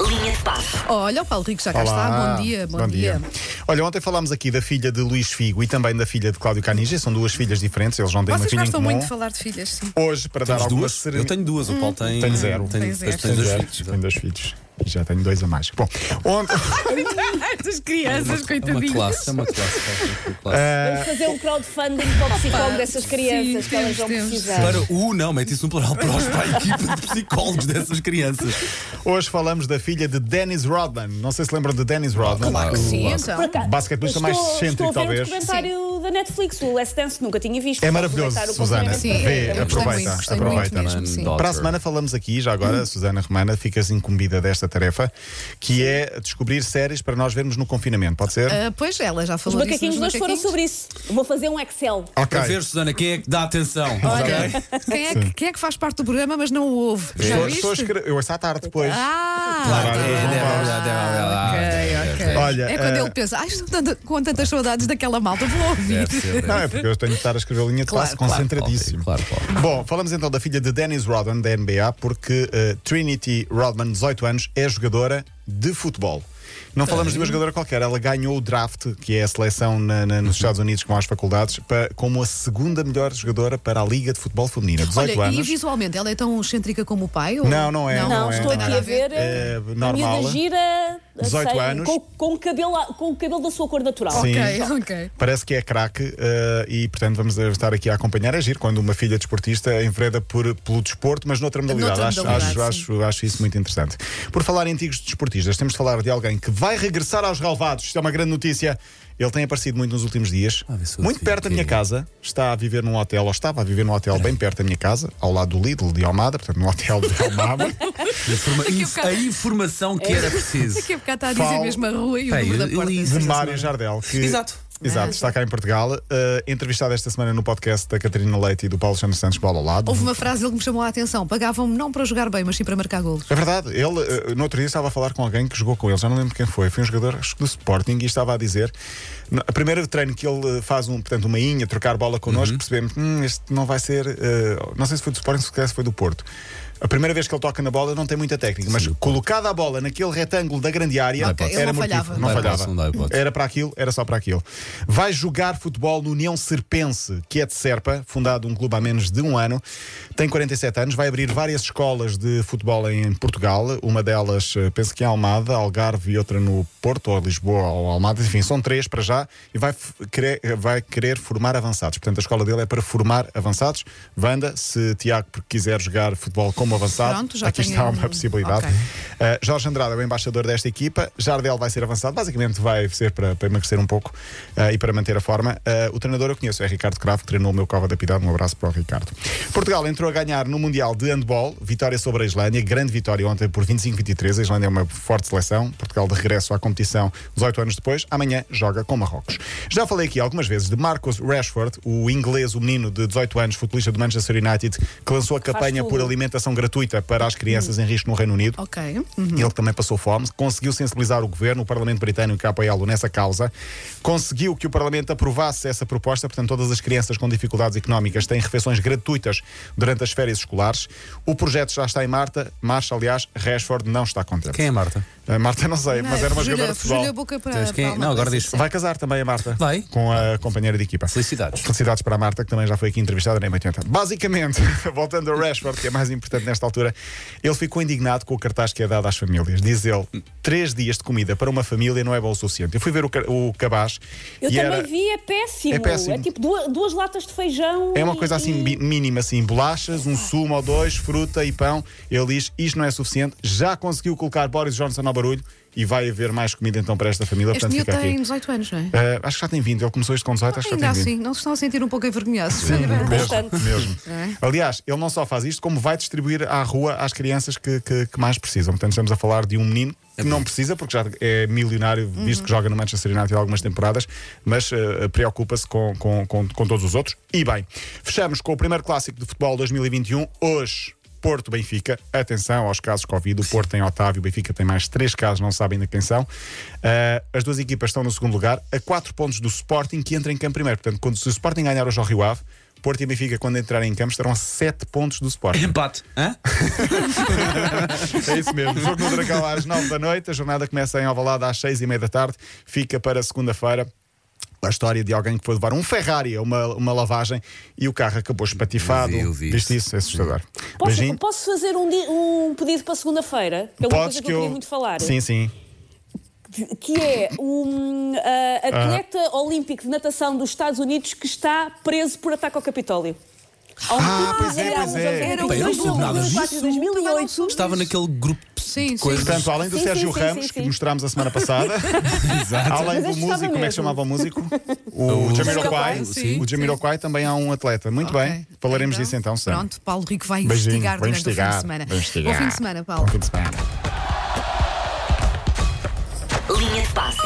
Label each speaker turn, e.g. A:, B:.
A: Linha de passe.
B: Olha, o Paulo Rico já cá está.
C: Olá,
B: Bom dia, bom, dia.
C: Olha, ontem falámos aqui da filha de Luís Figo e também da filha de Cláudio Canija. São duas filhas diferentes, eles não têm uma
B: Vocês
C: filha em
B: gostam
C: comum.
B: muito de falar de filhas, sim.
C: Hoje, para
D: Tens
C: dar alguma
D: duas?
C: serenidade.
D: Eu tenho duas, o Paulo tem.
C: Tenho zero.
D: Tem,
B: Tem zero.
D: depois tem dois
C: zero,
D: filhos. é.
C: Tenho dois filhos. Já tenho dois a mais. Bom, ontem.
B: Estas crianças,
D: É uma
B: coitadinhas.
D: classe, é uma classe. é uma classe.
E: Vamos fazer um crowdfunding para o psicólogo dessas crianças que elas vão
B: temos, temos.
E: precisar.
D: Para o, não, mete isso no plural, para, os, para a equipa de psicólogos dessas crianças.
C: Hoje falamos da filha de Dennis Rodman. Não sei se lembram de Dennis Rodman.
D: Claro que
B: Sim,
D: Claro.
E: Por
B: então.
E: acaso,
C: Basquetebolista mais
E: estou-
C: excêntrico,
E: Estou a ver
C: talvez.
E: um documentário da Netflix, o Last Dance, nunca tinha visto.
C: É
E: Vou
C: maravilhoso,
E: aproveitar o
C: Susana. é
E: complemento.
B: Sim,
C: Vê,
B: eu gostei
C: aproveita,
B: muito, gostei
C: aproveita.
B: muito mesmo, sim.
C: Para a semana falamos aqui, já agora, Susana Romana, ficas incumbida desta tarefa, que é descobrir séries para nós vermos no confinamento, pode ser?
B: Ah, pois ela já
E: Os
B: falou disso.
E: macaquinhos
B: nos
E: dois foram
B: macaquinhos.
E: sobre isso. Vou fazer um Excel.
C: ok.
D: Para ver, Susana, quem é que dá atenção?
B: Olha, quem é, que, quem é que faz parte do programa, mas não o ouve? Já
C: Estou,
B: viste?
C: estou a escrever. Eu essa à tarde depois.
B: Ah,
C: Claro,
B: ok.
C: é, é,
B: Ah, ok, ok.
C: Olha,
B: é quando
C: eh,
B: ele pensa, ai, estou tanta- com tantas saudades daquela malta, vou ouvir.
C: Não, é porque eu tenho de estar a escrever a linha de classe concentradíssimo.
D: Claro, Paulo.
C: Bom, falamos então da filha de Dennis Rodman, da NBA, porque eh, Trinity Rodman, 18 anos, é jogadora de futebol. Não falamos de uma jogadora qualquer, ela ganhou o draft, que é a seleção na- na- nos Estados Unidos com as faculdades, pa- como a segunda melhor jogadora para a Liga de Futebol Feminina. 18
B: Olha, e
C: anos.
B: visualmente, ela é tão excêntrica como o pai? ou-
C: Não, não é,
E: Não,
C: é,
E: estou
C: não
E: aqui
C: é.
E: a ver. eh,
C: É,
E: a
C: normal.
E: miúda gira. a
C: 18
E: sei,
C: anos.
E: Com, com o cabelo, a- com o cabelo da sua cor natural.
C: Sim.
B: Ok, ok.
C: Parece que é craque eh, e, portanto, vamos estar aqui a acompanhar. É giro quando uma filha desportista envereda por, pelo desporto, mas noutra modalidade.
B: Noutra
C: acho,
B: modalidade,
C: acho, acho, acho isso muito interessante. Por falar em antigos desportistas, temos de falar de alguém que vai regressar aos galvados. Isto é uma grande notícia. Ele tem aparecido muito nos últimos dias.
D: ver se eu
C: Muito
D: te
C: perto da
D: digo
C: minha
D: que-
C: casa. Está a viver num hotel, ou estava a viver num hotel bem perto da minha casa, ao lado do Lidl de Almada, portanto, num hotel de Almada.
D: Informa-
B: Daqui a
D: inf-
B: bocado-
D: a informação que era preciso.
B: Daqui a bocado é está a dizer
C: Fal-
B: mesmo a rua e o
D: Pá,
B: número
D: eu-
B: da
D: eu
B: porta.
D: li isso
C: de
D: esta
C: Mário
D: semana.
C: Jardel, que
D: Exato.
C: Exato, está cá em Portugal, eh, entrevistado esta semana no podcast da Catarina Leite e do Paulo Santos Santos Bola ao Lado.
B: Houve uma frase dele que me chamou a atenção. Pagavam-me não para jogar bem, mas sim para marcar golos.
C: É verdade, ele eh, no outro dia estava a falar com alguém que jogou com ele, já não lembro quem foi, foi um jogador acho que do Sporting e estava a dizer, na- a primeira treino que ele eh, faz um, portanto, uma inha, trocar bola connosco,
D: Uhum.
C: percebemos, hum, este não vai ser, eh, não sei se foi do Sporting, se calhar se foi do Porto. A primeira vez que ele toca na bola não tem muita técnica, mas colocada a bola naquele retângulo da grande área,
B: Ok, ele
C: era
B: não
C: mortífero,
B: falhava.
C: não
D: é Não dá
C: falhava.
D: hipótese, não dá hipótese.
C: Era para aquilo, era só para aquilo. Vai jogar futebol no União Serpense, que é de Serpa, fundado um clube há menos de um ano. Tem 47 anos, vai abrir várias escolas de futebol em Portugal. Uma delas, eh, penso que em Almada, Algarve e outra no Porto, ou Lisboa, ou Almada. Enfim, são três para já. E vai f- querer, eh, vai querer formar avançados. Portanto, a escola dele é para formar avançados. Vanda, se Tiago quiser jogar futebol como avançado,
B: Pronto, já
C: aqui
B: tenho
C: está
B: um-
C: uma possibilidade.
B: Ok.
C: Uh, Jorge Andrade é o embaixador desta equipa. Jardel vai ser avançado, basicamente vai ser para, para emagrecer um pouco uh, e para manter a forma. Uh, o treinador eu conheço, é Ricardo Cravo, que treinou o meu Cova da Piedade. Um abraço para o Ricardo. Portugal entrou a ganhar no Mundial de Handball, vitória sobre a Islândia, grande vitória ontem por 25-23. A Islândia é uma forte seleção. Portugal de regresso à competição 18 anos depois. Amanhã joga com Marrocos. Já falei aqui algumas vezes de Marcus Rashford, o inglês, o menino de 18 anos, futebolista do Manchester United, que lançou a campanha
E: tudo.
C: por alimentação gratuita para as crianças em risco no Reino Unido.
B: Ok.
C: Uhum. Ele que também passou fome, conseguiu sensibilizar o governo, o Parlamento Britânico a apoiá-lo nessa causa, conseguiu que o Parlamento aprovasse essa proposta, portanto, todas as crianças com dificuldades económicas têm refeições gratuitas durante as férias escolares. O projeto já está em Marta, marcha, aliás, Rashford não está contente.
D: Quem é a Marta?
C: A Marta não sei, É, mas era uma
B: Fugiu-lhe-
C: jogadora de
B: fugiu-lhe a
C: futebol.
B: boca para.
D: Sabes quem é?
B: para
D: Não,
B: alguma
D: agora
B: coisa
D: diz.
B: assim.
C: Vai casar também a Marta.
D: Vai.
C: Com a companheira de equipa.
D: Felicidades.
C: Felicidades para a Marta, que também já foi aqui entrevistada na M80. Basicamente, voltando a Rashford, que é mais importante nesta altura, ele ficou indignado com o cartaz que é dado às famílias. Diz ele: três dias de comida para uma família não é bom o suficiente. Eu fui ver o, ca- o cabaz
E: Eu
C: e
E: também
C: era.
E: vi, é péssimo.
C: É péssimo.
E: tipo duas, duas latas de feijão.
C: É uma
E: e-
C: coisa assim
E: e-
C: bi- mínima, assim, bolachas, um sumo ou dois, fruta e pão. Ele diz: isto não é suficiente. Já conseguiu colocar Boris Johnson ao barulho e vai haver mais comida então para esta família.
B: Este
C: portanto,
B: miúdo
C: fica aqui.
B: tem 18 anos, não é?
C: Eh, acho que já tem 20. Ele começou isto com 18, acho que já
B: Ainda
C: tem 20.
B: assim, não se estão a sentir um pouco envergonhados.
E: Bastante.
C: Mesmo.
B: É.
C: Aliás, ele não só faz isto, como vai distribuir à rua às crianças que, que- que mais precisam. Portanto, estamos a falar de um menino que não precisa, porque já é milionário, visto que joga no Manchester United há algumas temporadas, mas eh, preocupa-se com, com- com- com todos os outros. E bem, fechamos com o primeiro clássico de futebol 2021, hoje. Porto Benfica, atenção aos casos Covid. O Porto tem Otávio, o Benfica tem mais três casos, não sabem ainda quem são. Ah, as duas equipas estão no segundo lugar, a quatro pontos do Sporting, que entra em campo primeiro. Portanto, quando, se o Sporting ganhar hoje ao Rio Ave, Porto e Benfica, quando entrarem em campo, estarão a 7 pontos do Sporting.
D: Empate. Hã?
C: É isso mesmo. O jogo no Dragão às 9 da noite. A jornada começa em Alvalade às 6 e meia da tarde. Fica para segunda-feira. A história de alguém que foi levar um Ferrari a uma, uma lavagem e o carro acabou espatifado.
D: Eu vi, eu vi
C: Viste
D: isso.
C: isso? É assustador.
E: Posso,
C: Beijinho.
E: posso fazer um, di- um pedido para segunda-feira? Que é uma coisa que eu queria muito falar.
C: Sim, sim.
E: Que é um ah, atleta olímpico de natação dos Estados Unidos que está preso por ataque ao Capitólio. Há um
C: Ah,
E: tipo-
C: pois é,
E: era
C: pois
E: um
C: é.
E: jogo
B: Era um
E: olímpico de
D: eu não soube nada
E: 2004 e
B: disso.
E: 2008.
D: Estava naquele grupo de
B: Sim, sim.
D: coisas.
C: Portanto, além do
E: Sim,
C: Sérgio
E: sim, sim,
C: Ramos,
E: sim,
C: que
E: sim.
C: mostramos a semana passada, além
E: Mas
C: do
E: este
C: músico,
E: estava
C: como é que
E: mesmo.
C: chamava o músico? O, Jamiroquai.
B: Jamiroquai, sim,
C: O Jamiroquai também há um atleta. Muito
B: Ok.
C: bem, falaremos disso então, Sam.
B: Pronto, Paulo Rico vai
C: Beijinho,
B: investigar
C: vou
B: durante o fim
C: investigar,
B: de semana.
C: vou investigar.
B: Bom fim de semana, Paulo.
C: Bom fim de semana.
A: Linha de passe.